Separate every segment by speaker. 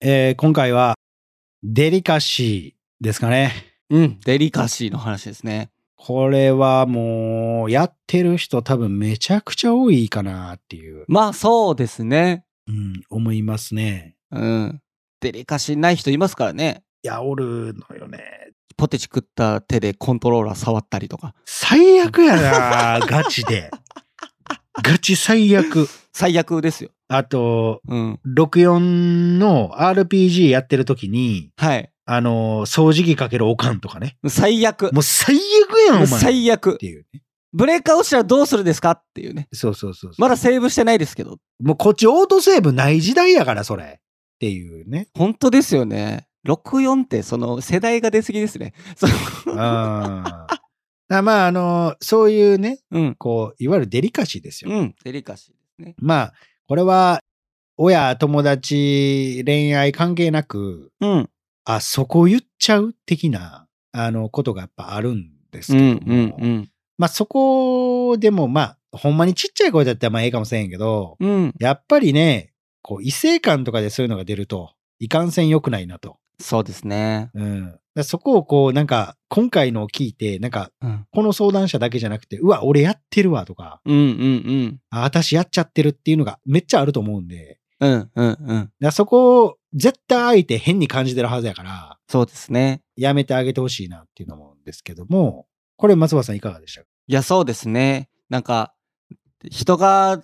Speaker 1: えー今回は、デリカシーですかね。
Speaker 2: うん、デリカシーの話ですね。
Speaker 1: これはもう、やってる人多分めちゃくちゃ多いかなっていう、
Speaker 2: まあそうですね。
Speaker 1: うん、思いますね。
Speaker 2: うん。デリカシーない人いますからね。
Speaker 1: いや、おるのよね。
Speaker 2: ポテチ食った手でコントローラー触ったりとか。
Speaker 1: 最悪 やなガチで。ガチ最悪。
Speaker 2: 最悪ですよ。
Speaker 1: あと、
Speaker 2: うん。
Speaker 1: 64の RPG やってる時に、
Speaker 2: はい。
Speaker 1: あの、掃除機かけるおかんとかね。
Speaker 2: 最悪。
Speaker 1: もう最悪やん、お前。っ
Speaker 2: 最悪。
Speaker 1: ていうね。
Speaker 2: ブレーカー落ちたらどうするですかっていうね。
Speaker 1: そうそうそうそう。
Speaker 2: まだセーブしてないですけど。
Speaker 1: もうこっちオートセーブない時代やから、それ。っていうね。
Speaker 2: 本当ですよね。64ってその世代が出過ぎですね。その
Speaker 1: あーだまあ、あの、そういうね、
Speaker 2: うん。
Speaker 1: こう、いわゆるデリカシーですよ。
Speaker 2: うん。デリカシーですね。
Speaker 1: まあ、これは、親、友達、恋愛関係なく、
Speaker 2: うん。
Speaker 1: あ、そこ言っちゃう的な、あの、ことがやっぱあるんです
Speaker 2: う
Speaker 1: け
Speaker 2: ん
Speaker 1: ども、
Speaker 2: うん
Speaker 1: まあ、そこでも、まあ、ほんまにちっちゃい声だったらまあ、ええかもしれんけど、
Speaker 2: うん。うん。
Speaker 1: やっぱりね、こう、異性感とかでそういうのが出ると、いかんせん良くないなと。
Speaker 2: そうですね。
Speaker 1: うん。だからそこをこう、なんか、今回のを聞いて、なんか、
Speaker 2: うん。
Speaker 1: この相談者だけじゃなくて、うわ、俺やってるわとか、
Speaker 2: うんうん
Speaker 1: あ、私やっちゃってるっていうのがめっちゃあると思うんで、
Speaker 2: うん。うんうんう
Speaker 1: だ
Speaker 2: ん。
Speaker 1: からそこを絶対相手変に感じてるはずやから、
Speaker 2: そうですね。
Speaker 1: やめてあげてほしいなっていうのもんですけども、これ松葉さんいかがでしたか
Speaker 2: いや、そうですね。なんか、人が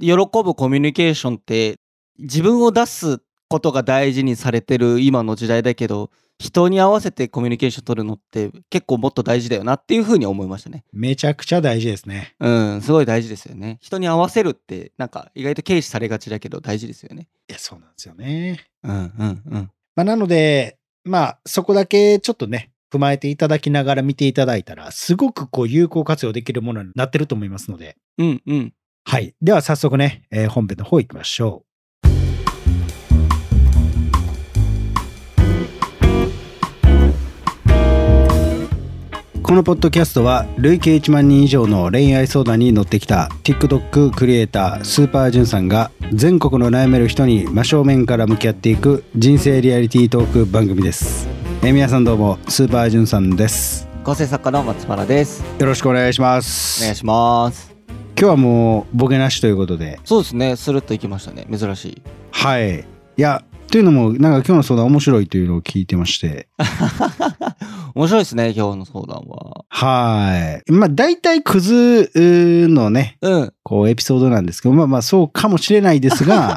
Speaker 2: 喜ぶコミュニケーションって、自分を出すことが大事にされてる今の時代だけど、人に合わせてコミュニケーション取るのって結構もっと大事だよなっていうふうに思いましたね。
Speaker 1: めちゃくちゃ大事ですね。
Speaker 2: うん、すごい大事ですよね。人に合わせるって、なんか意外と軽視されがちだけど大事ですよね。
Speaker 1: いや、そうなんですよね。
Speaker 2: うんうんうん。
Speaker 1: まあ、なので、まあ、そこだけちょっとね、踏まえていただきながら見ていただいたら、すごくこう、有効活用できるものになってると思いますので、
Speaker 2: うんうん。
Speaker 1: はい。では早速ね、えー本編の方行きましょう。このポッドキャストは累計1万人以上の恋愛相談に乗ってきた TikTok クリエイタースーパージュンさんが全国の悩める人に真正面から向き合っていく人生リアリティートーク番組です。えー皆さんどうもスーパージュンさんです。
Speaker 2: 構成作家の松原です。
Speaker 1: よろしくお願いしま
Speaker 2: お願い
Speaker 1: す。
Speaker 2: します。
Speaker 1: 今日はもうボケなしということで
Speaker 2: そうですね。スルッといきましたね。珍しい。
Speaker 1: はい。いや、というのも、なんか今日の相談面白いというのを聞いてまして。
Speaker 2: 面白いですね、今日の相談は。
Speaker 1: はい。まあ、大体クズうーのね、
Speaker 2: うん。
Speaker 1: こう、エピソードなんですけど、まあまあ、そうかもしれないですが、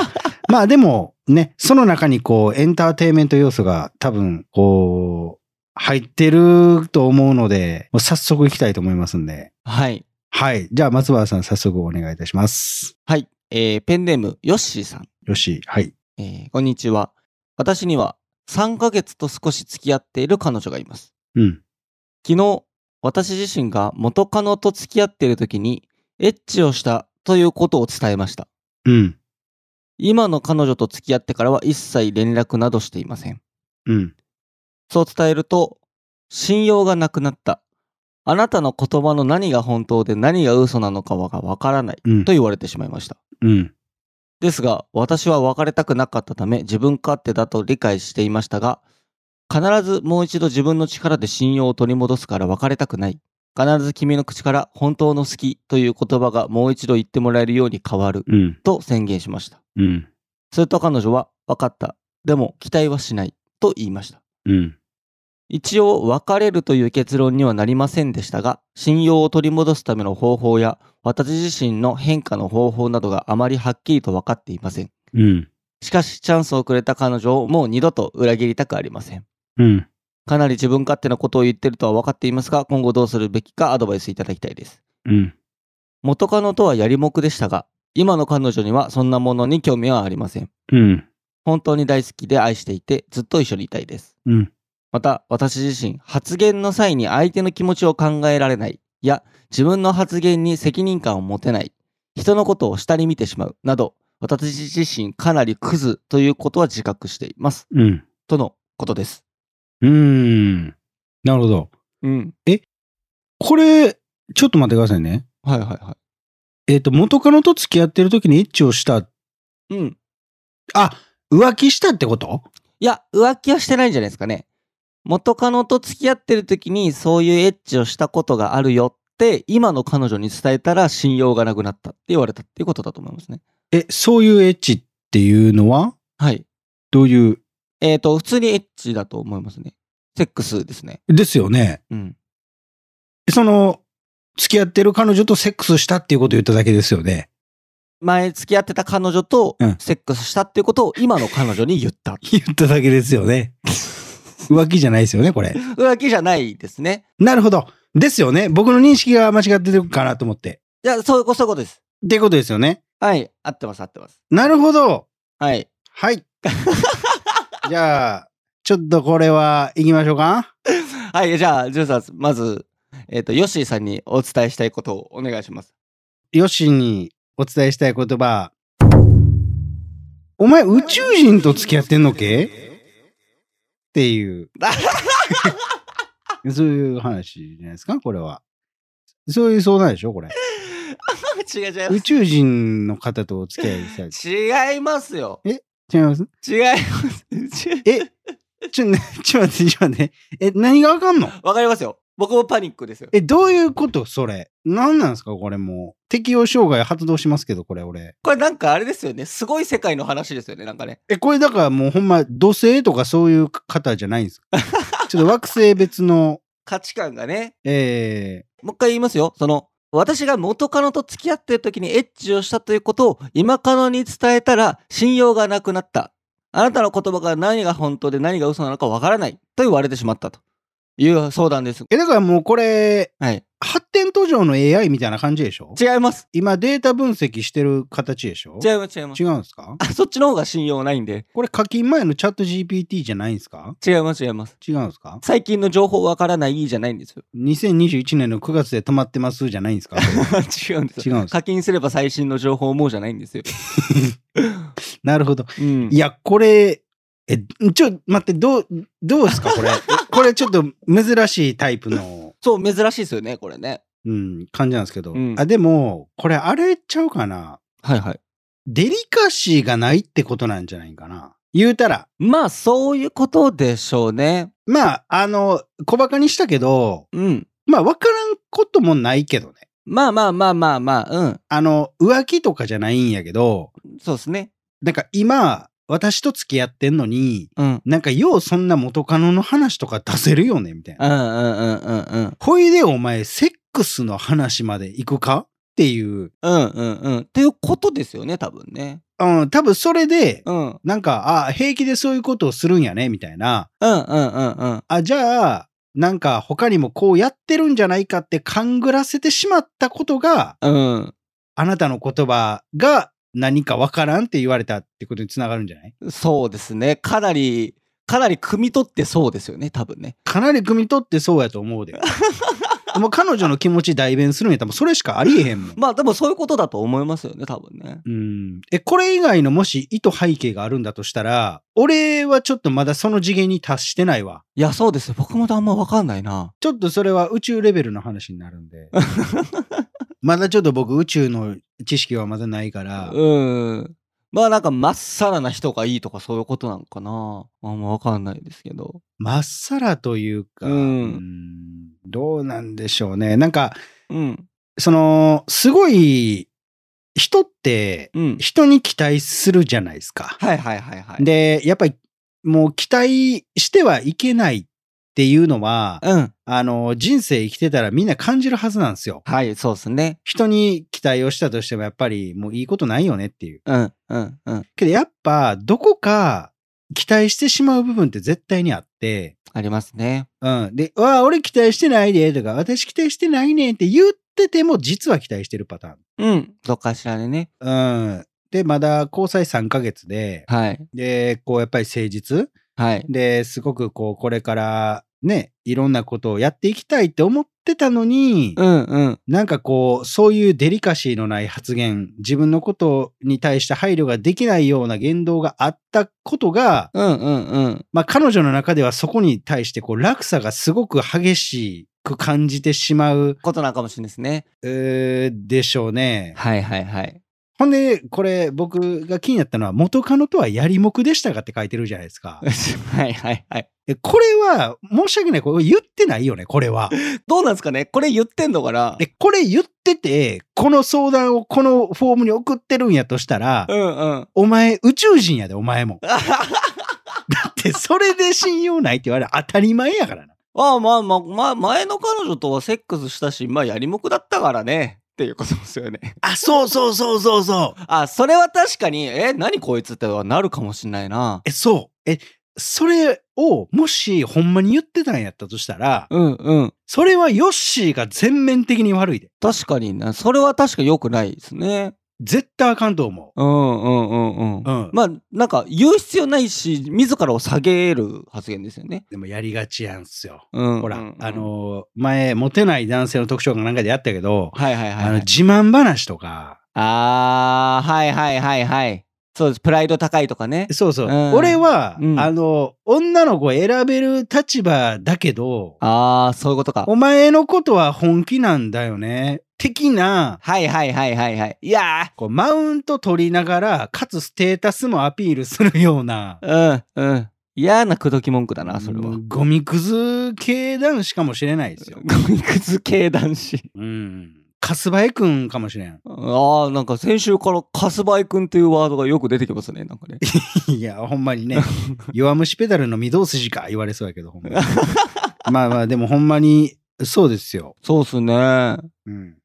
Speaker 1: まあでも、ね、その中にこう、エンターテインメント要素が多分、こう、入ってると思うので、もう早速いきたいと思いますんで。
Speaker 2: はい。
Speaker 1: はい。じゃあ、松原さん、早速お願いいたします。
Speaker 2: はい。えーペンネーム、ヨッシーさん。
Speaker 1: よし。はい。
Speaker 2: えーこんにちは。私には3ヶ月と少し付き合っている彼女がいます。
Speaker 1: うん。
Speaker 2: 昨日、私自身が元カノと付き合っている時に、エッチをしたということを伝えました。
Speaker 1: うん。
Speaker 2: 今の彼女と付き合ってからは一切連絡などしていません。
Speaker 1: うん。
Speaker 2: そう伝えると、信用がなくなった。あなたの言葉の何が本当で何が嘘なのかはがわからない。
Speaker 1: うん
Speaker 2: と。言われてしまいました。
Speaker 1: うん。
Speaker 2: ですが、私は別れたくなかったため、自分勝手だと理解していましたが、必ずもう一度自分の力で信用を取り戻すから別れたくない。必ず君の口から本当の好きという言葉がもう一度言ってもらえるように変わる。
Speaker 1: うん。
Speaker 2: と宣言しました。
Speaker 1: うん。
Speaker 2: すると彼女は、分かった。でも期待はしない。と言いました。
Speaker 1: うん。
Speaker 2: 一応別れるという結論にはなりませんでしたが、信用を取り戻すための方法や、私自身の変化の方法などがあまりはっきりと分かっていません。
Speaker 1: うん。
Speaker 2: しかし、チャンスをくれた彼女をもう二度と裏切りたくありません。
Speaker 1: うん。
Speaker 2: かなり自分勝手なことを言ってるとは分かっていますが、今後どうするべきかアドバイスいただきたいです。
Speaker 1: うん。
Speaker 2: 元カノとはやりもくでしたが、今の彼女にはそんなものに興味はありません。
Speaker 1: うん。
Speaker 2: 本当に大好きで愛していて、ずっと一緒にいたいです。
Speaker 1: うん。
Speaker 2: また、私自身、発言の際に相手の気持ちを考えられない、いや、自分の発言に責任感を持てない、人のことを下に見てしまう、など、私自身かなりクズということは自覚しています。
Speaker 1: うん。
Speaker 2: とのことです。
Speaker 1: うん。なるほど。
Speaker 2: うん。
Speaker 1: これ、ちょっと待ってくださいね。
Speaker 2: はいはいは
Speaker 1: えっ、と、元カノと付き合ってる時にエッチをした。
Speaker 2: い。うん。
Speaker 1: あ、浮気したってこと
Speaker 2: いや、浮気はしてないんじゃないですかね。元カノと付き合ってる時にそういうエッチをしたことがあるよって、今の彼女に伝えたら信用がなくなったって言われたっていうことだと思いますね。
Speaker 1: え、そういうエッチっていうのは
Speaker 2: はい。
Speaker 1: どういう、
Speaker 2: えっ、と、普通にエッチだと思いますね。セックスですね。
Speaker 1: ですよね。
Speaker 2: うん。
Speaker 1: その、付き合ってる彼女とセックスしたっていうことを言っただけですよね。
Speaker 2: 前付き合ってた彼女と
Speaker 1: うん
Speaker 2: セックスしたっていうことを今の彼女に 言った。
Speaker 1: 言っただけですよね。浮気じゃないですよね、これ。
Speaker 2: 浮気じゃないですね。
Speaker 1: なるほど。ですよね。僕の認識が間違ってるかなと思って。
Speaker 2: いや、そういうことそういうことです。
Speaker 1: っていうことですよね。
Speaker 2: はい。合ってます、合ってます。
Speaker 1: なるほど。
Speaker 2: はい。
Speaker 1: はい。 じゃあ、ちょっとこれは行きましょうか。
Speaker 2: はい。じゃあ、ジュンさん、まず、えっ、と、ヨッシーさんにお伝えしたいことをお願いします。
Speaker 1: ヨシにお伝えしたい言葉。お前宇宙人と付き合ってんのけっていう。 そういう話じゃないですか、これは。そういう相談でしょ、これ。
Speaker 2: 違う違
Speaker 1: 宇宙人の方とお付き合いしたい。
Speaker 2: 違いますよ。
Speaker 1: 違います
Speaker 2: 違い ます。違う
Speaker 1: えちょ、ね、ちょ、待って、ちょ、待って。え、何があかんの
Speaker 2: わかりますよ。僕もパニックですよ。
Speaker 1: え、どういうことそれ。何なんですかこれもう。適応障害発動しますけど、これ、俺。
Speaker 2: これなんかあれですよね。すごい世界の話ですよね。なんかね。
Speaker 1: え、これだからもうほんま、土星とかそういう方じゃないんですかちょっと惑星別の、
Speaker 2: 価値観がね。
Speaker 1: え
Speaker 2: もう一回言いますよ。その、私が元カノと付き合ってる時にエッチをしたということを今カノに伝えたら信用がなくなった。あなたの言葉が何が本当で何が嘘なのかわからないと言われてしまったという相談です。
Speaker 1: ーえ、だからもうこれ、
Speaker 2: はい。
Speaker 1: 発展途上の AI みたいな感じでしょ
Speaker 2: 違います。
Speaker 1: 今データ分析してる形でしょ
Speaker 2: 違います。違います。
Speaker 1: 違うんですか
Speaker 2: あ、そっちの方が信用ないんで。
Speaker 1: これ課金前のチャット GPT じゃないんですか
Speaker 2: 違います。違います。
Speaker 1: 違うんですか
Speaker 2: 最近の情報わからないじゃないんですよ。
Speaker 1: 2021年の9月で止まってますじゃないんですか
Speaker 2: 違うんです
Speaker 1: 違
Speaker 2: よ。
Speaker 1: うんですか
Speaker 2: 課金すれば最新の情報もじゃ ないんですよ。
Speaker 1: なるほど。
Speaker 2: うん
Speaker 1: いや、これ、え、ちょ、待って、どう、どうですかこ れ。これちょっと珍しいタイプの、
Speaker 2: そう、珍しいですよね、これね。
Speaker 1: うん、感じなんですけど。
Speaker 2: うん
Speaker 1: あ、でも、これあれちゃうかな
Speaker 2: はいはい。
Speaker 1: デリカシーがないってことなんじゃないかな言うたら。
Speaker 2: まあ、そういうことでしょうね。
Speaker 1: まあ、あの、小馬鹿にしたけど、
Speaker 2: うん。
Speaker 1: まあ、わからんこともないけどね。
Speaker 2: まあまあまあまあまあ、うん。
Speaker 1: あの、浮気とかじゃないんやけど、
Speaker 2: そうですね。
Speaker 1: なんか今、私と付き合ってんのに、
Speaker 2: うん。
Speaker 1: なんかようそんな元カノの話とか出せるよねみたいな
Speaker 2: う。んうんうんうんうん。
Speaker 1: ほいでお前、セックスの話まで行くかっていう。
Speaker 2: うんうんうん。っていうことですよね、多分ね。
Speaker 1: うん、多分それで、
Speaker 2: うん。うん
Speaker 1: なんか、あ、平気でそういうことをするんやね、みたいな。
Speaker 2: うんうんうん。
Speaker 1: あ、じゃあ、なんか他にもこうやってるんじゃないかって勘ぐらせてしまったことが、
Speaker 2: うん。
Speaker 1: あなたの言葉が何かわからんって言われたってことにつながるんじゃない
Speaker 2: そうですね。かなり、かなり汲み取ってそうですよね、多分ね。
Speaker 1: かなり汲み取ってそうやと思うで。もう彼女の気持ち代弁するんやったらもうそれしかありえへんもん。
Speaker 2: まあでもそういうことだと思いますよね、多分ね。
Speaker 1: うん。え、これ以外のもし意図背景があるんだとしたら、俺はちょっとまだその次元に達してないわ。
Speaker 2: いや、そうですよ。僕もあんまわかんないな。
Speaker 1: ちょっとそれは宇宙レベルの話になるん で。まだちょっと僕宇宙の知識はまだないから、
Speaker 2: うん。まあなんかまっさらな人がいいとかそういうことなのかな。あんまわかんないですけど。
Speaker 1: まっさらというか、
Speaker 2: うん
Speaker 1: うんどうなんでしょうね。なんか、
Speaker 2: うん。
Speaker 1: その、すごい、人って、
Speaker 2: うん。
Speaker 1: 人に期待するじゃないですか。
Speaker 2: はいはいはいはい。
Speaker 1: で、やっぱり、もう期待してはいけないっていうのは、
Speaker 2: うん。
Speaker 1: あの、人生生きてたらみんな感じるはずなんですよ。
Speaker 2: はい、そうですね。
Speaker 1: 人に期待をしたとしてもやっぱりもういいことないよねっていう。
Speaker 2: うんうんうん。
Speaker 1: けどやっぱどこか期待してしまう部分って絶対にあって、
Speaker 2: ありますね。
Speaker 1: うん。で、わあ、俺期待してないでとか、私期待してないねって言ってても実は期待してるパタ
Speaker 2: うん。どっかしらでね。
Speaker 1: ーン。うん。で、まだ交際3ヶ月で、
Speaker 2: はい。
Speaker 1: で、こうやっぱり誠実
Speaker 2: はい。
Speaker 1: で、すごくこうこれからね、いろんなことをやっていきたいって思ってたのに、
Speaker 2: うんうん。
Speaker 1: なんかこう、そういうデリカシーのない発言、自分のことに対して配慮ができないような言動があったことが、
Speaker 2: うんうんうん。
Speaker 1: まあ彼女の中ではそこに対してこう、落差がすごく激しく感じてしまう、
Speaker 2: ことなんかもしれないですね。
Speaker 1: えーでしょうね。
Speaker 2: はいはいはい。
Speaker 1: ほんで、これ僕が気になったのは、元カノとはやりもくでしたかって書いてるじゃないです か。
Speaker 2: はいはいはい。
Speaker 1: えこれは、申し訳ない。これ言ってないよね、これは。
Speaker 2: どうなんですかねこれ言ってんのかな
Speaker 1: で、これ言ってて、この相談をこのフォームに送ってるんやとしたら、
Speaker 2: うんうん。
Speaker 1: お前宇宙人やで、お前も。だって、それ で信用ないって言われる当たり前やからな。
Speaker 2: ああまあまあ、まあ、前の彼女とはセックスしたし、まあやりもくだったからね。っていうことですよね。
Speaker 1: あ、そうそうそうそうそう。
Speaker 2: あ、それは確かに、え、何こいつってはなるかもしんないな。
Speaker 1: え、そう。え、それを、もし、ほんまに言ってたんやったとしたら、
Speaker 2: うんうん。
Speaker 1: それはヨッシーが全面的に悪いで。
Speaker 2: 確かにな。それは確か良くないですね。
Speaker 1: 絶対あかんと思
Speaker 2: うんうんうんうん
Speaker 1: う。う。ん。
Speaker 2: まあ、なんか言う必要ないし、自らを下げる発言ですよね。
Speaker 1: でもやりがちやんすよ。
Speaker 2: うん。
Speaker 1: ほら、
Speaker 2: うんうん
Speaker 1: あ、のー前、モテない男性の特徴がなんかでやったけど、
Speaker 2: はいはいはい
Speaker 1: あ
Speaker 2: は
Speaker 1: の、
Speaker 2: い。
Speaker 1: 自慢話とか、
Speaker 2: あー、はいはいはいはい。そうです。プライド高いとかね。
Speaker 1: そうそう。
Speaker 2: うん
Speaker 1: 俺は、
Speaker 2: うん
Speaker 1: あの、女の子を選べる立場だけど、
Speaker 2: あー、そういうことか。
Speaker 1: お前のことは本気なんだよね。的な、
Speaker 2: はいはいはいはいはい。いや
Speaker 1: こうマウント取りながら、かつステータスもアピールするような、
Speaker 2: ー、うんうん。嫌な口説き文句だな、それは。
Speaker 1: もうゴミくず系男子かもしれないですよ。
Speaker 2: ゴミくず系男子。
Speaker 1: うん。カスバエくんかもしれん。
Speaker 2: ああ、なんか先週からカスバイくんっていうワードがよく出てきますね、なんかね。
Speaker 1: いや、ほんまにね、 弱虫ペダルの御堂筋か言われそうやけど、ほんまに まあまあ、でもほんまに、そうですよ。
Speaker 2: そうっすね。
Speaker 1: うん。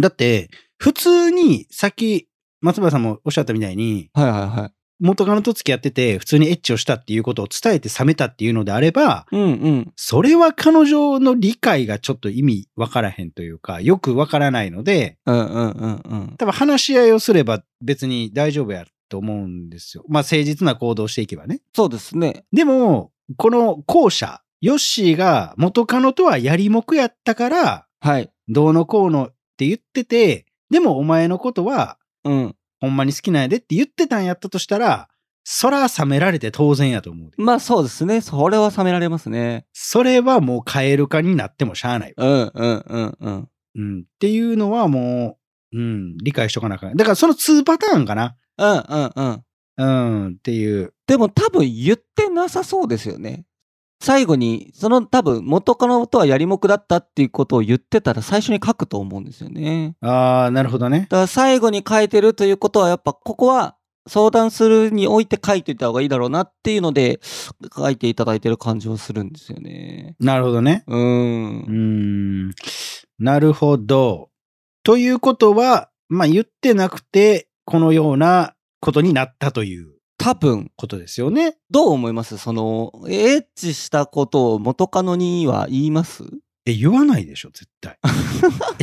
Speaker 1: だって、普通に、さっき、松原さんもおっしゃったみたいに、
Speaker 2: はいはいはい。
Speaker 1: 元カノと付き合ってて、普通にエッチをしたっていうことを伝えて冷めたっていうのであれば、
Speaker 2: うんうん。
Speaker 1: それは彼女の理解がちょっと意味わからへんというか、よくわからないので、
Speaker 2: うんうんうんうん。
Speaker 1: 多分話し合いをすれば別に大丈夫やと思うんですよ。まあ誠実な行動をしていけばね。
Speaker 2: そうですね。
Speaker 1: でも、この後者、ヨッシーが元カノとはやりもくやったから、
Speaker 2: はい。
Speaker 1: どうのこうのって言ってて、でもお前のことは
Speaker 2: うん。
Speaker 1: ほんまに好きなんやでって言ってたんやったとしたら、そら冷められて当然やと思うで。
Speaker 2: まあそうですね。それは冷められますね。
Speaker 1: それはもうカエル化になってもしゃあないわ。
Speaker 2: うんうんうんうん。
Speaker 1: うん。っていうのはもう、うん、理解しとかなあかん。だからその2パターンかな。
Speaker 2: うんうんうん。
Speaker 1: うん、っていう。
Speaker 2: でも多分言ってなさそうですよね。最後に、その多分元カノとはやりもくだったっていうことを言ってたら最初に書くと思うんですよね。
Speaker 1: あー、なるほどね。
Speaker 2: だから最後に書いてるということはやっぱここは相談するにおいて書いていた方がいいだろうなっていうので書いていただいてる感じはするんですよね。
Speaker 1: なるほどね。
Speaker 2: うー
Speaker 1: うー
Speaker 2: ん。
Speaker 1: ん。なるほど。ということは、まあ言ってなくて、このようなことになったという
Speaker 2: 多分、
Speaker 1: ことですよね。
Speaker 2: どう思いますその、エッチしたことを元カノには言います
Speaker 1: え、言わないでしょ、絶対。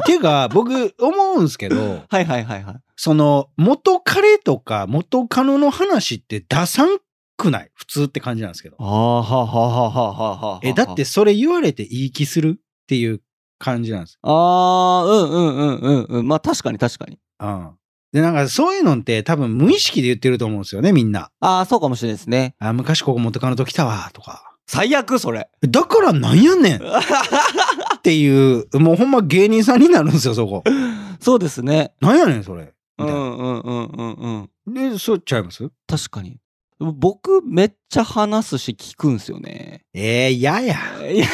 Speaker 1: ていうか、僕、思うんすけど、
Speaker 2: はいはいはいはい。
Speaker 1: その、元彼とか元カノの話って出さんくない普通って感じなんですけど
Speaker 2: あ。あ、はあはあはあはあはあはあ。
Speaker 1: え、だってそれ言われて言い気するっていう感じなんです。
Speaker 2: ああ、うんうんうんうんうん。まあ確かに確かに。
Speaker 1: うん。で、なんかそういうのって多分無意識で言ってると思うんですよね、みんな。
Speaker 2: ああ、そうかもしれないですね。
Speaker 1: あ、昔ここ元カノと来たわ、とか。
Speaker 2: 最悪それ。
Speaker 1: だからなんや ねんっていう、もうほんま芸人さんになるんですよ、そこ。
Speaker 2: そうですね。
Speaker 1: なんやねん、それ。
Speaker 2: う
Speaker 1: み
Speaker 2: ん
Speaker 1: たいうなん
Speaker 2: うんうんうん。
Speaker 1: で、そうちゃいます
Speaker 2: 確かに。僕、めっちゃ話すし聞くんすよね。
Speaker 1: えー、嫌や
Speaker 2: いや、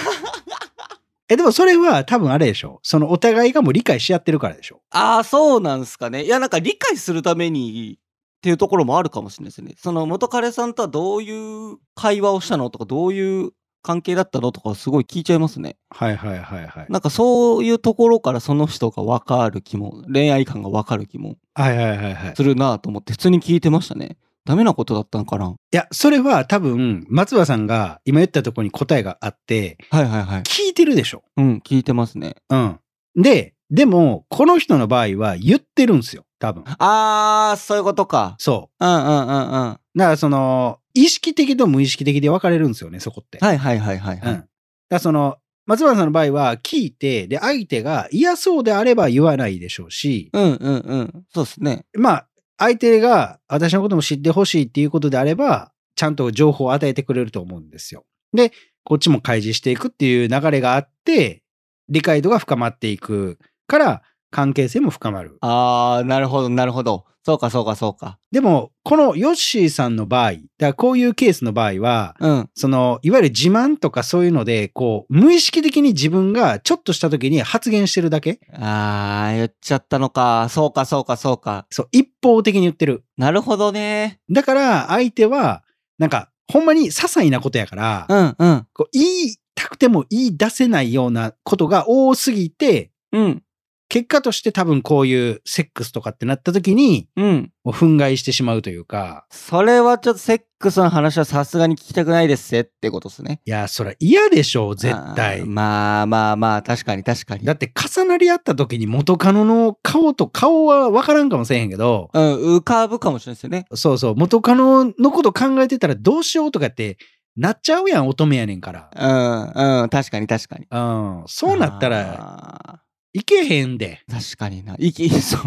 Speaker 1: え、でもそれは多分あれでしょ。そのお互いがもう理解し合ってるからでしょ。
Speaker 2: ああ、そうなんすかね。いや、なんか理解するためにっていうところもあるかもしれないですね。その元彼さんとはどういう会話をしたのとか、どういう関係だったのとか、すごい聞いちゃいますね。
Speaker 1: はいはいはいはい。
Speaker 2: なんかそういうところからその人がわかる気も、恋愛感がわかる気も
Speaker 1: はいはいはいはい。
Speaker 2: するなと思って、普通に聞いてましたね。ダメなことだったのかない
Speaker 1: や、それは多分、松葉さんが今言ったところに答えがあって、
Speaker 2: はいはいはい。
Speaker 1: 聞いてるでしょ。
Speaker 2: うん、聞いてますね。
Speaker 1: うん。で、でも、この人の場合は言ってるんですよ、多分。
Speaker 2: あー、そういうことか。
Speaker 1: そ
Speaker 2: うんうんうんうん。
Speaker 1: う。だからその、意識的と無意識的で分かれるんですよね、そこって。
Speaker 2: はいはいはいはい、
Speaker 1: う
Speaker 2: は
Speaker 1: ん。だ
Speaker 2: い。
Speaker 1: からその、松原さんの場合は聞いて、で、相手が嫌そうであれば言わないでしょうし、
Speaker 2: うんうんうん。そうですね。
Speaker 1: まあ、相手が私のことも知ってほしいっていうことであれば、ちゃんと情報を与えてくれると思うんですよ。で、こっちも開示していくっていう流れがあって、理解度が深まっていくから、関係性も深まる。
Speaker 2: あー、なるほどなるほど。そうか、そうか、そうか。
Speaker 1: でも、このヨッシーさんの場合、だからこういうケースの場合は、
Speaker 2: うん。
Speaker 1: その、いわゆる自慢とかそういうので、こう、無意識的に自分がちょっとした時に発言してるだけ
Speaker 2: あー、言っちゃったのか。そうか、そうか、そうか。
Speaker 1: そう、一方的に言ってる。
Speaker 2: なるほどね。
Speaker 1: だから、相手は、なんか、ほんまに些細なことやから、
Speaker 2: うん、うん。
Speaker 1: こう言いたくても言い出せないようなことが多すぎて、
Speaker 2: うん、
Speaker 1: 結果として多分こういうセックスとかってなった時に、
Speaker 2: うん。
Speaker 1: もう憤慨してしまうというか、
Speaker 2: それはちょっとセックスの話はさすがに聞きたくないですぜってことですね。
Speaker 1: いや、そりゃ嫌でしょう、絶対
Speaker 2: あー。まあまあまあ、確かに確かに
Speaker 1: だ。って重なり合った時に元カノの顔と顔は分からんかもしれへんけど、
Speaker 2: うん、浮かぶかもしれないですよね。
Speaker 1: そうそう、元カノのこと考えてたらどうしようとかってなっちゃうやん、乙女やねんから。
Speaker 2: うん、うん、確かに確かに。
Speaker 1: うん、そうなったら
Speaker 2: ら。
Speaker 1: いけへんで。
Speaker 2: 確かにな。いき、 そう。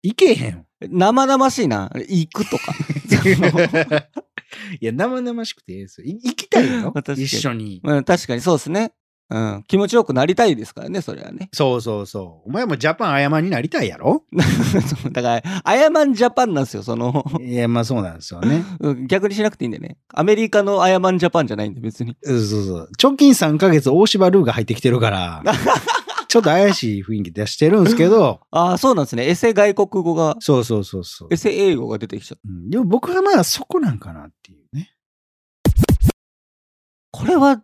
Speaker 1: いけへ ん。
Speaker 2: 生々しいな。行くと か。
Speaker 1: いや、生々しくていいですよ。い行きたいよ
Speaker 2: 確か。に
Speaker 1: 一緒に。
Speaker 2: うん、確かにそうですね。うん、気持ちよくなりたいですからね、それはね。
Speaker 1: そうそうそう。お前もジャパン謝りになりたいやろ
Speaker 2: そうだから、アヤマンジャパンなんですよ、その。
Speaker 1: いや、まあそうなんですよね。
Speaker 2: うん逆にしなくていいんでね。アメリカのアヤマンジャパンじゃないんで、別に。
Speaker 1: うんそうそう。直近3ヶ月大芝ルーが入ってきてるから、ちょっと怪しい雰囲気出してるんですけど、
Speaker 2: ああ、そうなんですね。エセ外国語が、
Speaker 1: そうそうそうそう
Speaker 2: エ。セ英語が出てきちゃった。
Speaker 1: うんでも僕はまあそこなんかなっていうね。
Speaker 2: これは、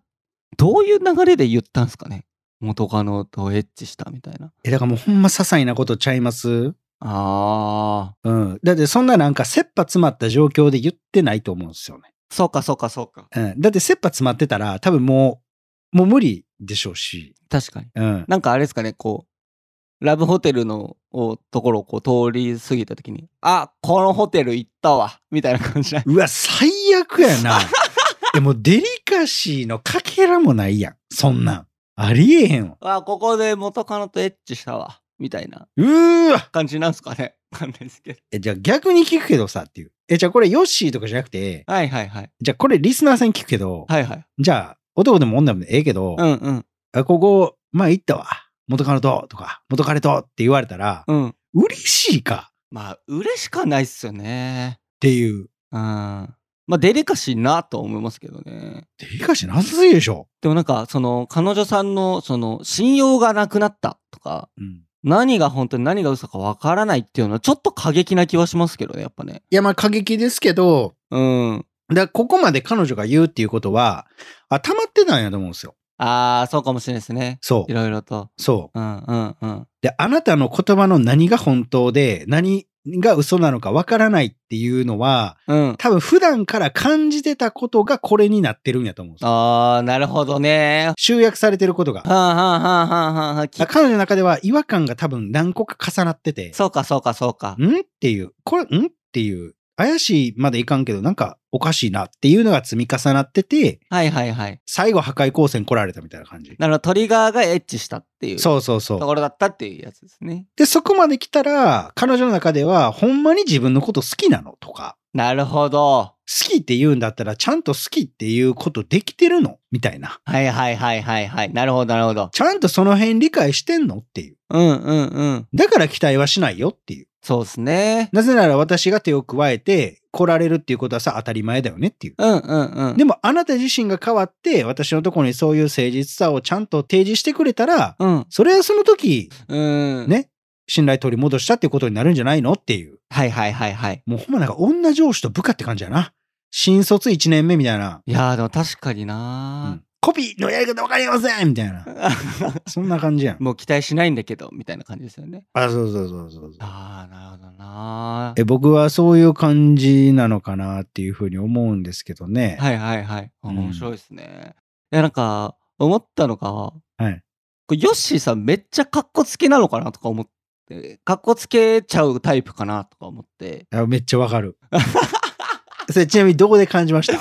Speaker 2: どういう流れで言ったんですかね。元カノとエッチしたみたいな。
Speaker 1: え、だからもうほんま些細なことちゃいます
Speaker 2: ああ、
Speaker 1: うん。だってそんななんか切羽詰まった状況で言ってないと思うんですよね。
Speaker 2: そうかそうかそうか。
Speaker 1: うん。だって切羽詰まってたら多分もう、もう無理でしょうし。
Speaker 2: 確かに。
Speaker 1: うん。
Speaker 2: なんかあれですかね、こう、ラブホテルのおところをこう通り過ぎたときに、あ、このホテル行ったわ、みたいな感じな
Speaker 1: うわ、最悪や な。でもうデリカシーのかけらもないやん。そんなん。ありえへんわ。
Speaker 2: あ、ここで元カノとエッチしたわ、みたいな
Speaker 1: うーわ。
Speaker 2: 感じなんすかね。わかんないですけど。
Speaker 1: え、じゃあ逆に聞くけどさっていう。え、じゃあこれヨッシーとかじゃなくて、
Speaker 2: はいはいはい。
Speaker 1: じゃあこれリスナーさんに聞くけど、
Speaker 2: はいはい。
Speaker 1: じゃあ男でも女でもええけど、
Speaker 2: うんうん。
Speaker 1: あここ、前行ったわ。元カノと、とか、元彼とって言われたら、
Speaker 2: うん。
Speaker 1: 嬉しいか
Speaker 2: まあ、嬉しかないっすよね。
Speaker 1: っていう。
Speaker 2: うん。まあ、デリカシーなとは思いますけどね。
Speaker 1: デリカシーなさすぎでしょ。
Speaker 2: でもなんか、その、彼女さんの、その、信用がなくなったとか、
Speaker 1: うん。
Speaker 2: 何が本当に何が嘘かわからないっていうのはちょっと過激な気はしますけどね、やっぱね。
Speaker 1: いや、まあ過激ですけど、
Speaker 2: うん。
Speaker 1: だからここまで彼女が言うっていうことは、あ、溜まってたんやと思うんですよ。
Speaker 2: ああ、そうかもしれないですね。
Speaker 1: そ
Speaker 2: いろいろと。
Speaker 1: う。そう。
Speaker 2: うんうんうん。
Speaker 1: で、あなたの言葉の何が本当で、何が嘘なのかわからないっていうのは、
Speaker 2: うん。
Speaker 1: 多分普段から感じてたことがこれになってるんやと思うんですよ。
Speaker 2: ああ、なるほどね。
Speaker 1: 集約されてることが。
Speaker 2: はあはあはあはあはあはあき
Speaker 1: 彼女の中では違和感が多分何個か重なってて、
Speaker 2: そうかそうかそうか。
Speaker 1: んっていう、これ、んっていう、怪しいまでいかんけど、なんかおかしいなっていうのが積み重なってて、
Speaker 2: はいはいはい。
Speaker 1: 最後破壊光線来られたみたいな感じ。
Speaker 2: なるほど、トリガーがエッチしたっていうと
Speaker 1: そうそうそう。
Speaker 2: ころだったっていうやつですね。
Speaker 1: で、そこまで来たら、彼女の中では、ほんまに自分のこと好きなのとか、
Speaker 2: なるほど。
Speaker 1: 好きって言うんだったら、ちゃんと好きっていうことできてるのみたいな。
Speaker 2: はいはいはいはいはい。なるほどなるほど。
Speaker 1: ちゃんとその辺理解してんのっていう。
Speaker 2: うんうんうん。
Speaker 1: だから期待はしないよっていう。
Speaker 2: そうですね。
Speaker 1: なぜなら私が手を加えて来られるっていうことはさ、当たり前だよねっていう。
Speaker 2: うんうんうん。
Speaker 1: でもあなた自身が変わって私のところにそういう誠実さをちゃんと提示してくれたら、
Speaker 2: うん。
Speaker 1: それはその時、
Speaker 2: うん。
Speaker 1: ね、信頼取り戻したっていうことになるんじゃないのっていう。
Speaker 2: はいはいはいはい。
Speaker 1: もうほんまなんか女上司と部下って感じやな。新卒1年目みたいな。
Speaker 2: いやーでも確かに
Speaker 1: う
Speaker 2: なん
Speaker 1: コピーのやり方わかりませんみたいな。そんな感じやん。
Speaker 2: もう期待しないんだけどみたいな感じですよね。
Speaker 1: あ、そうそうそうそうそう。
Speaker 2: ああ、なるほどなー。
Speaker 1: え、僕はそういう感じなのかなっていうふうに思うんですけどね。
Speaker 2: はいはいはい。あ
Speaker 1: うん
Speaker 2: 面白いですね。いや、なんか、思ったのが、
Speaker 1: はい
Speaker 2: これヨッシーさんめっちゃカッコつけなのかなとか思って、カッコつけちゃうタイプかなとか思って。
Speaker 1: あめっちゃわかる。 それちなみにどこで感じました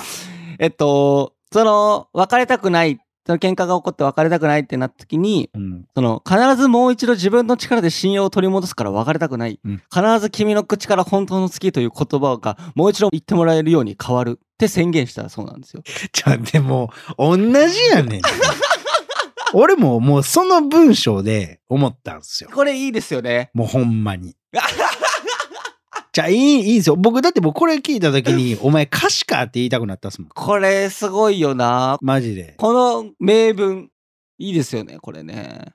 Speaker 2: えっと、その、別れたくない、その喧嘩が起こって別れたくないってなった時に、
Speaker 1: うん。
Speaker 2: その、必ずもう一度自分の力で信用を取り戻すから別れたくない。
Speaker 1: うん
Speaker 2: 必ず君の口から本当の好きという言葉がもう一度言ってもらえるように変わるって宣言したそうなんですよ。
Speaker 1: じゃあでも、同じやねん。俺ももうその文章で思ったんすよ。
Speaker 2: これいいですよね。
Speaker 1: もうほんまに。じゃあいい、いいんですよ。僕、だって僕これ聞いた時に、お前歌詞かって言いたくなったっすもん。
Speaker 2: これすごいよな。
Speaker 1: マジで。
Speaker 2: この名文、いいですよね、これね。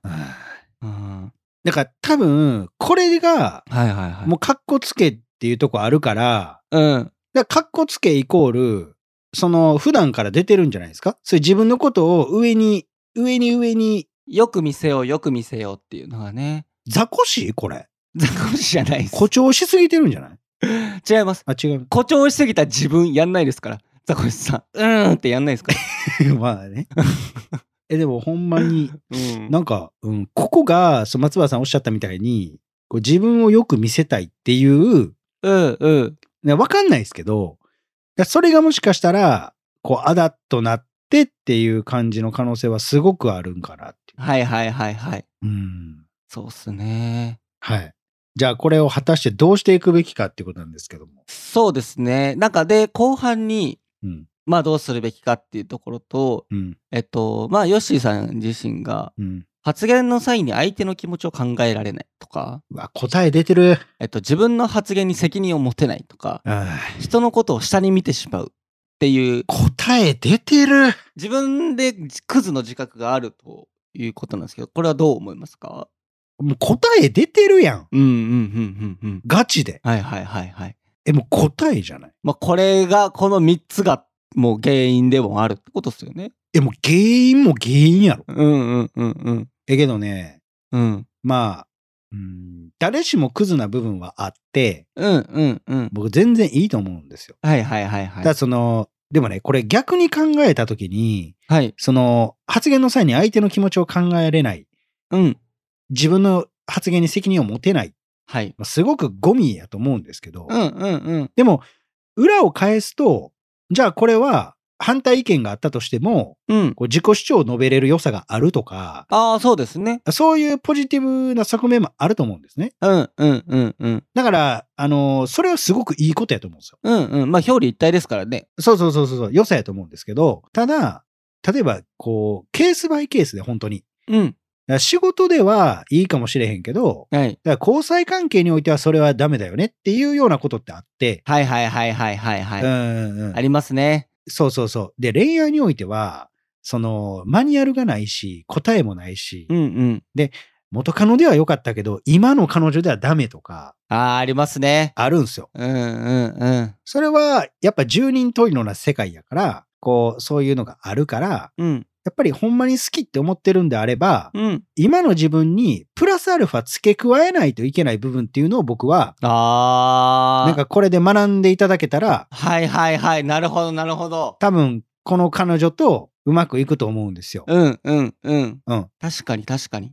Speaker 1: だ
Speaker 2: うん。
Speaker 1: から多分、これが、
Speaker 2: はいはいはい。
Speaker 1: もうカッコつけっていうとこあるから、
Speaker 2: うん。
Speaker 1: だからカッコつけイコール、その普段から出てるんじゃないですかそれ自分のことを上に、上に上に、
Speaker 2: よく見せよう、よく見せようっていうのがね。
Speaker 1: ザコシこれ。
Speaker 2: 雑魚じゃないです。
Speaker 1: 誇張しすぎてるんじゃない
Speaker 2: 違います。
Speaker 1: あ、違う。
Speaker 2: 誇張しすぎた自分やんないですから。ザコシさん。うーんってやんないですから。
Speaker 1: まあね。 え、でもほんまに、
Speaker 2: うん
Speaker 1: なんか、うん、ここが、そう松原さんおっしゃったみたいに、こう自分をよく見せたいっていう、
Speaker 2: うんうん。
Speaker 1: ねわかんないですけど、だそれがもしかしたら、こう、あだとなってっていう感じの可能性はすごくあるんかなってい
Speaker 2: はいはいはいはい。
Speaker 1: う。うん。
Speaker 2: そうっすね。
Speaker 1: はい。じゃあ、これを果たしてどうしていくべきかっていうことなんですけども。
Speaker 2: そうですね。なんかで、後半に、
Speaker 1: うん。
Speaker 2: まあどうするべきかっていうところと、
Speaker 1: うん。
Speaker 2: えっと、まあヨッシーさん自身が、
Speaker 1: うん。
Speaker 2: 発言の際に相手の気持ちを考えられないとか、
Speaker 1: うわ、答え出てる。
Speaker 2: えっと、自分の発言に責任を持てないとか、
Speaker 1: あ
Speaker 2: 人のことを下に見てしまうっていう、
Speaker 1: 答え出てる。
Speaker 2: 自分でクズの自覚があるということなんですけど、これはどう思いますか
Speaker 1: もう答え出てるやん。
Speaker 2: うんうんうんうんうん。
Speaker 1: ガチで。
Speaker 2: はいはいはいはい。
Speaker 1: え、もう答えじゃない。
Speaker 2: まあこれが、この3つがもう原因でもあるってことですよね。
Speaker 1: え、もう原因も原因やろ。
Speaker 2: うんうんうんうん。
Speaker 1: え、けどね、
Speaker 2: うん。
Speaker 1: まあ、うん、誰しもクズな部分はあって、
Speaker 2: うんうんうん。
Speaker 1: 僕全然いいと思うんですよ。
Speaker 2: はいはいはい
Speaker 1: た
Speaker 2: は
Speaker 1: だ
Speaker 2: い。
Speaker 1: その、でもね、これ逆に考えたときに、
Speaker 2: はい。
Speaker 1: その、発言の際に相手の気持ちを考えれない、
Speaker 2: うん。
Speaker 1: 自分の発言に責任を持てない、
Speaker 2: はい。
Speaker 1: まあすごくゴミやと思うんですけど、
Speaker 2: うんうんうん。
Speaker 1: でも、裏を返すと、じゃあこれは反対意見があったとしても、
Speaker 2: うん。
Speaker 1: こう自己主張を述べれる良さがあるとか、
Speaker 2: ああ、そうですね。
Speaker 1: そういうポジティブな側面もあると思うんですね。
Speaker 2: うんうんうんうん。
Speaker 1: だから、あのそれはすごくいいことやと思うんですよ。
Speaker 2: うんうん。まあ表裏一体ですからね。
Speaker 1: そうそうそうそうそう、良さやと思うんですけど、ただ、例えば、こう、ケースバイケースで本当に。
Speaker 2: うん。
Speaker 1: だから仕事ではいいかもしれへんけど、
Speaker 2: はい。
Speaker 1: だから交際関係においてはそれはダメだよねっていうようなことってあって、
Speaker 2: はいはいはいはいはいはい。
Speaker 1: うんうんうん
Speaker 2: ありますね。
Speaker 1: そうそうそう。で、恋愛においては、その、マニュアルがないし、答えもないし、
Speaker 2: うんうん。
Speaker 1: 元カノでは良かったけど、今の彼女ではダメとか、
Speaker 2: ああ、ありますね。
Speaker 1: あるんですよ。
Speaker 2: うんうんうん。
Speaker 1: それは、やっぱ十人十色な世界やから、こう、そういうのがあるから、
Speaker 2: うん
Speaker 1: やっぱりほんまに好きって思ってるんであれば、
Speaker 2: うん。
Speaker 1: 今の自分にプラスアルファ付け加えないといけない部分っていうのを僕は、
Speaker 2: ああ。
Speaker 1: なんかこれで学んでいただけたら、
Speaker 2: はいはいはい。なるほどなるほど。
Speaker 1: 多分この彼女とうまくいくと思うんですよ。
Speaker 2: うんうんうん。
Speaker 1: うん
Speaker 2: 確かに確かに。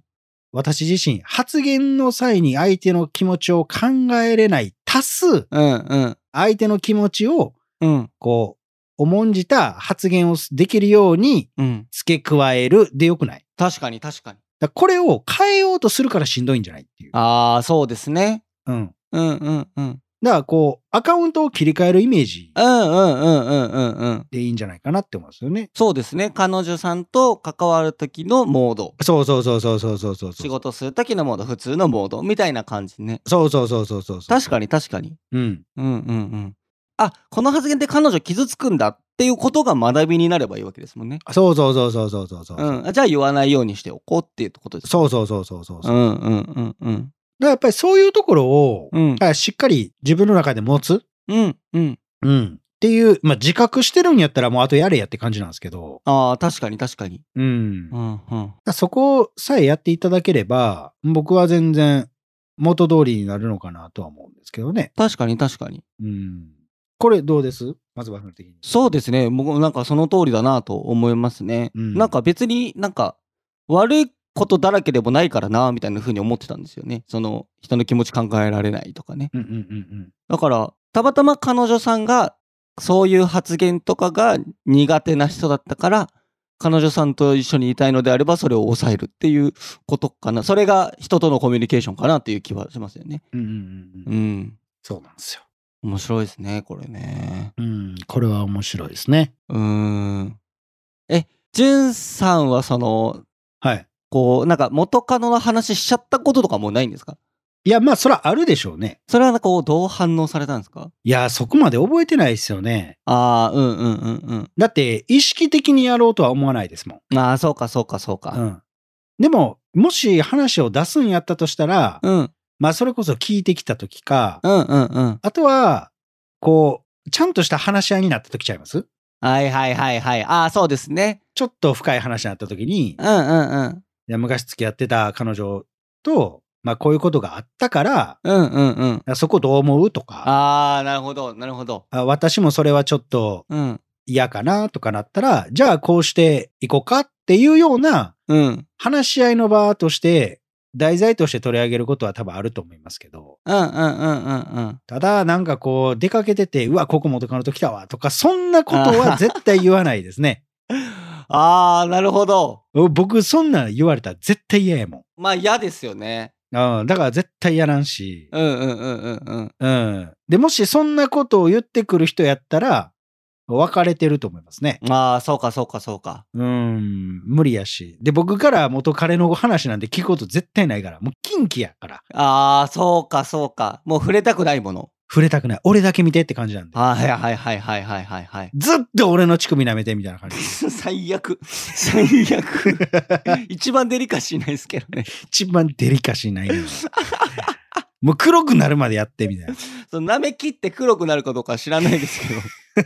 Speaker 1: 私自身、発言の際に相手の気持ちを考えれない、多数
Speaker 2: うんうん
Speaker 1: 相手の気持ちを、
Speaker 2: うん
Speaker 1: こう、重んじた発言をできるように
Speaker 2: うん。
Speaker 1: 付け加えるでよくない。
Speaker 2: 確かに確かに。
Speaker 1: だからこれを変えようとするからしんどいんじゃないっていう。
Speaker 2: ああ、そうですね。
Speaker 1: うん。
Speaker 2: うんうんうん。
Speaker 1: だからこう、アカウントを切り替えるイメージ
Speaker 2: うんうんうんうんうんうん。
Speaker 1: でいいんじゃないかなって思うんですよね。
Speaker 2: そうですね。彼女さんと関わる時のモード。
Speaker 1: そうそうそうそうそうそうそう。
Speaker 2: 仕事する時のモード、普通のモードみたいな感じね。
Speaker 1: そうそうそうそうそうそう。
Speaker 2: 確かに確かに。
Speaker 1: に。うん。
Speaker 2: うんうんうん。あこの発言で彼女傷つくんだっていうことが学びになればいいわけですもんね。
Speaker 1: そうそうそうそうそうそうそうう。
Speaker 2: ん、あじゃあ言わないようにしておこうっていうことです。
Speaker 1: そうそうそうそうそう。だか
Speaker 2: うんうんうんうん
Speaker 1: らやっぱりそういうところを、
Speaker 2: うん
Speaker 1: だからしっかり自分の中で持つ。
Speaker 2: うんうん。
Speaker 1: うん。っていう、まあ、自覚してるんやったらもうあとやれやって感じなんですけど。
Speaker 2: ああ確かに確かに。
Speaker 1: うん。だ
Speaker 2: う
Speaker 1: か
Speaker 2: んうん。
Speaker 1: らそこさえやっていただければ、僕は全然元通りになるのかなとは思うんですけどね。
Speaker 2: 確かに確かに。
Speaker 1: うん。これどうです松原さん的に。
Speaker 2: そうですね。僕もなんかその通りだなと思いますね。
Speaker 1: うん
Speaker 2: なんか別になんか悪いことだらけでもないからなみたいな風に思ってたんですよね。その人の気持ち考えられないとかね。
Speaker 1: うんうんうん
Speaker 2: だからたまたま彼女さんがそういう発言とかが苦手な人だったから彼女さんと一緒にいたいのであればそれを抑えるっていうことかなそれが人とのコミュニケーションかなっていう気はしますよね
Speaker 1: うん。うんうんうんう。
Speaker 2: うんん
Speaker 1: そうなんですよ。
Speaker 2: 面白いですねこれね
Speaker 1: うん。これは面白いですね。
Speaker 2: うーんえじゅんさんはその
Speaker 1: はい。
Speaker 2: こうなんか元カノの話しちゃったこととかもうないんですか
Speaker 1: いや、まあ、そらあるでしょうね。
Speaker 2: それはこうどう反応されたんですか
Speaker 1: いや、そこまで覚えてないですよね。
Speaker 2: ああうんうんうんうん
Speaker 1: だって、意識的にやろうとは思わないですもん。
Speaker 2: ああそうかそうかそう
Speaker 1: う
Speaker 2: か
Speaker 1: ん。でも、もし話を出すんやったとしたら、
Speaker 2: うんうん
Speaker 1: まあ、それこそ聞いてきた時か、
Speaker 2: うんうん
Speaker 1: あとは、こう、ちゃんとした話し合いになった時ちゃいます
Speaker 2: はいはいはいはいああそうですね
Speaker 1: ちょっと深い話になった時に、い
Speaker 2: うんうんうん
Speaker 1: や昔付き合ってた彼女と、まあ、こういうことがあったから、
Speaker 2: うんうんうん
Speaker 1: そこどう思うとか、
Speaker 2: ああなるほどなるほど
Speaker 1: あ私もそれはちょっと
Speaker 2: うん
Speaker 1: 嫌かなとかなったら、じゃあこうしていこうかっていうような
Speaker 2: うん
Speaker 1: 話し合いの場として、題材として取り上げることは多分あると思いますけど、
Speaker 2: うんうんうんうんうん。
Speaker 1: ただなんかこう出かけてて、うわ、ここ元カノと来たわとか、そんなことは絶対言わないですね。
Speaker 2: あー、なるほど。
Speaker 1: 僕そんなん言われたら絶対嫌やも
Speaker 2: まあ嫌ですよね。
Speaker 1: ん。うん、だから絶対やらんし、
Speaker 2: うんうんうんうんうん。
Speaker 1: うん。で、もしそんなことを言ってくる人やったら、別れてると思いますね。
Speaker 2: ああ、そうかそうかそうか。
Speaker 1: うん、無理やし。で、僕から元彼の話なんて聞くこと絶対ないから、もう近畿やから、
Speaker 2: ああ、そうかそうか。もう触れたくないもの。
Speaker 1: 触れたくない。俺だけ見てって感じなんで。
Speaker 2: はいはいはいはいはいはいはい。
Speaker 1: ずっと俺の乳首舐めてみたいな感じ。
Speaker 2: 最悪。最悪。一番デリカシーないですけどね。
Speaker 1: 一番デリカシーないのよもう黒くなるまでやってみたい
Speaker 2: その舐め切って黒くなるかどうかは知らないですけど。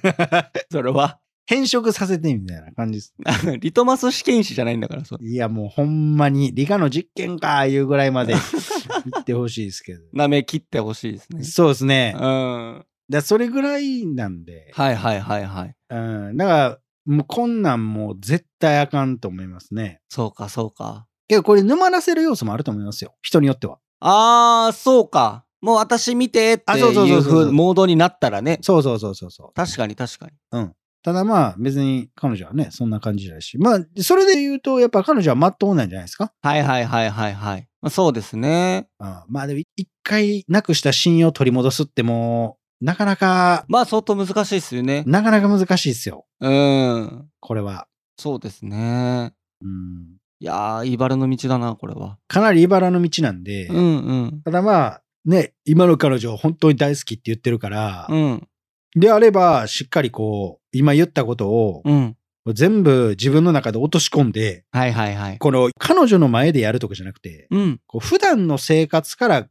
Speaker 1: な。
Speaker 2: それは。
Speaker 1: 変色させてみたいな感じです。
Speaker 2: あの リトマス試験紙じゃないんだから、それ
Speaker 1: いや、もうほんまに理科の実験か、いうぐらいま で言ってほしいですけど。
Speaker 2: 舐め切ってほしいですね。
Speaker 1: そうですね
Speaker 2: う。ん。は
Speaker 1: だそれぐらいなんで
Speaker 2: い、はいはいはい。
Speaker 1: うん、だから、もうこんなんもう絶対あかんと思いますね。
Speaker 2: そうかそうか。
Speaker 1: けどこれ沼らせる要素もあると思いますよ。人によっては。
Speaker 2: あー、そうか。もう私見てって
Speaker 1: あ
Speaker 2: い
Speaker 1: そうそうそううそう
Speaker 2: ふうモードになったらね。
Speaker 1: そうそうそうそうそう。
Speaker 2: 確かに確かに。
Speaker 1: ただまあ別に彼女はね、そんな感じじゃないし。まあそれで言うと、やっぱ彼女はまっとうなんじゃないですか。
Speaker 2: はいはいはいはいはい。まあ、そうですね。
Speaker 1: うん、まあでも一回なくした信用を取り戻すってもう、なかなか、
Speaker 2: まあ相当難しいですよね。
Speaker 1: なかなか難しいですよ。
Speaker 2: うん。
Speaker 1: これは。
Speaker 2: そうですね。
Speaker 1: うん、
Speaker 2: いやー、茨の道だな、これは。
Speaker 1: かなり茨の道なんで、
Speaker 2: うんうん。
Speaker 1: ただまあね、今の彼女本当に大好きって言ってるから、
Speaker 2: うん。
Speaker 1: であれば、しっかりこう、今言ったことを、
Speaker 2: うん。
Speaker 1: 全部自分の中で落とし込んで、
Speaker 2: はいはいはい。
Speaker 1: この彼女の前でやるとかじゃなくて、
Speaker 2: うん。
Speaker 1: こう普段の生活から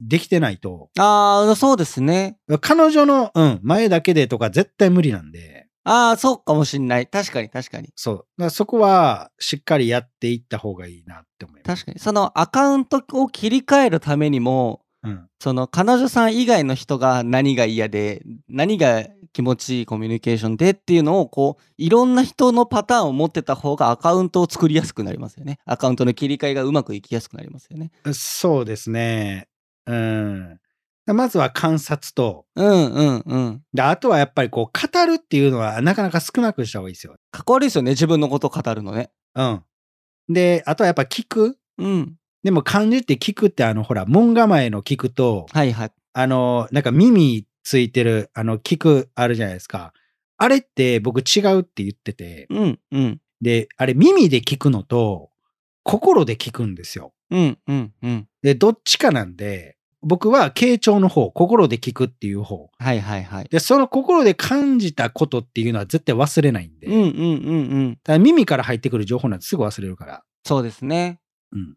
Speaker 1: できてないと、
Speaker 2: あー、そうですね。
Speaker 1: 彼女の、うん、前だけでとか絶対無理なんで、
Speaker 2: あー、そうかもしんない。確かに確かに。
Speaker 1: そう。だからそこは、しっかりやっていった方がいいなって思います。
Speaker 2: 確かに。そのアカウントを切り替えるためにも、
Speaker 1: うん。
Speaker 2: その彼女さん以外の人が何が嫌で何が気持ちいいコミュニケーションでっていうのをこういろんな人のパターンを持ってた方がアカウントを作りやすくなりますよねアカウントの切り替えがうまくいきやすくなりますよね
Speaker 1: そうですね。うん。まずは観察と、
Speaker 2: うんうんうん
Speaker 1: であとはやっぱりこう、語るっていうのはなかなか少なくした方がいいですよ。
Speaker 2: かっこ悪いですよね自分のことを語るのね
Speaker 1: うん。で、あとはやっぱ聞く。
Speaker 2: うん
Speaker 1: でも漢字って聞くってあの、ほら、門構えの聞くと、
Speaker 2: はいはい
Speaker 1: あの、なんか耳ついてる、あの、聞くあるじゃないですか。あれって僕違うって言ってて、
Speaker 2: うんうん
Speaker 1: で、あれ耳で聞くのと、心で聞くんですよ。
Speaker 2: うんうんうん
Speaker 1: で、どっちかなんで、僕は傾聴の方、心で聞くっていう方。
Speaker 2: はいはいはい
Speaker 1: で、その心で感じたことっていうのは絶対忘れないんで。
Speaker 2: うんうんうんうん
Speaker 1: ただ耳から入ってくる情報なんてすぐ忘れるから。
Speaker 2: そうですね
Speaker 1: だか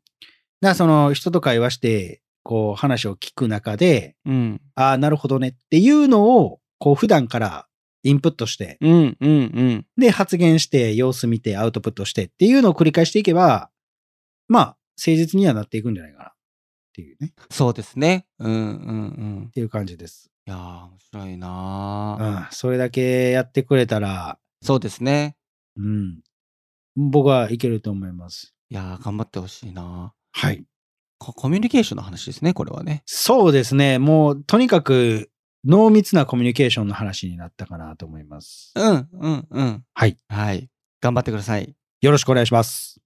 Speaker 1: らその人と会話して、こう話を聞く中で、
Speaker 2: うん
Speaker 1: ああ、なるほどねっていうのを、こう普段からインプットして、
Speaker 2: うんうんうん
Speaker 1: で、発言して、様子見て、アウトプットしてっていうのを繰り返していけば、まあ、誠実にはなっていくんじゃないかなっていうね、っ
Speaker 2: そうですねうんうんうん
Speaker 1: ていう感じです。
Speaker 2: いやー面白いな
Speaker 1: う
Speaker 2: ー
Speaker 1: ん、それだけやってくれたら、
Speaker 2: そうですね
Speaker 1: うん。僕はいけると思います。
Speaker 2: いやー、頑張ってほしいな
Speaker 1: はい。
Speaker 2: コ。コミュニケーションの話ですね、これはね。
Speaker 1: そうですね。もう、とにかく、濃密なコミュニケーションの話になったかなと思います。
Speaker 2: うん、うん、うん。
Speaker 1: はい。
Speaker 2: はい。頑張ってください。
Speaker 1: よろしくお願いします。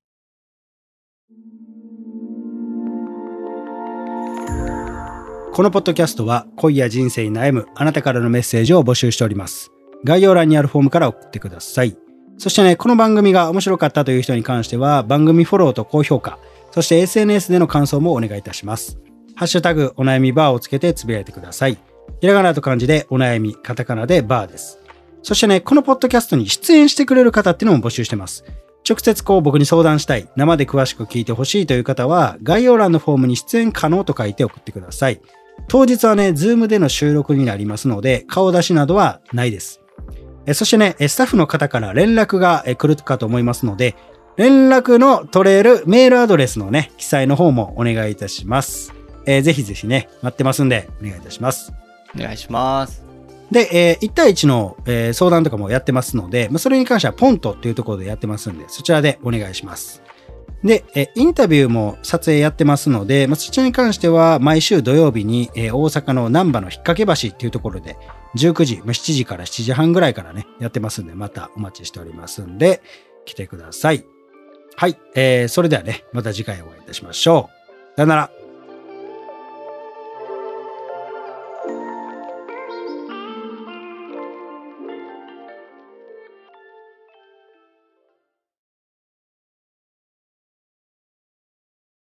Speaker 1: このポッドキャストは恋や人生に悩むあなたからのメッセージを募集しております。概要欄にあるフォームから送ってください。そしてね、この番組が面白かったという人に関しては番組フォローと高評価、そして SNS での感想もお願いいたします。ハッシュタグお悩みバーをつけてつぶやいてください。ひらがなと漢字でお悩み、カタカナでバーです。そしてね、このポッドキャストに出演してくれる方っていうのも募集してます。直接こう僕に相談したい、生で詳しく聞いてほしいという方は、概要欄のフォームに出演可能と書いて送ってください。当日はね、ズームでの収録になりますので、顔出しなどはないです。えそしてね、えスタッフの方から連絡がえ来るかと思いますので、連絡の取れるメールアドレスのね、記載の方もお願いいたします。えーぜひぜひね、待ってますんで、お願いいたします。
Speaker 2: お願いします。
Speaker 1: で、え1対1の、えー相談とかもやってますので、まあ、それに関してはポントっていうところでやってますんで、そちらでお願いします。で、えーインタビューも撮影やってますので、まあ、そちらに関しては毎週土曜日に、えー大阪の難波の引っ掛け橋っていうところで、19時、まあ、7時から7時半ぐらいからね、やってますんで、またお待ちしておりますんで、来てください。はい、えーそれではね、また次回お会いいたしましょう。さよなら。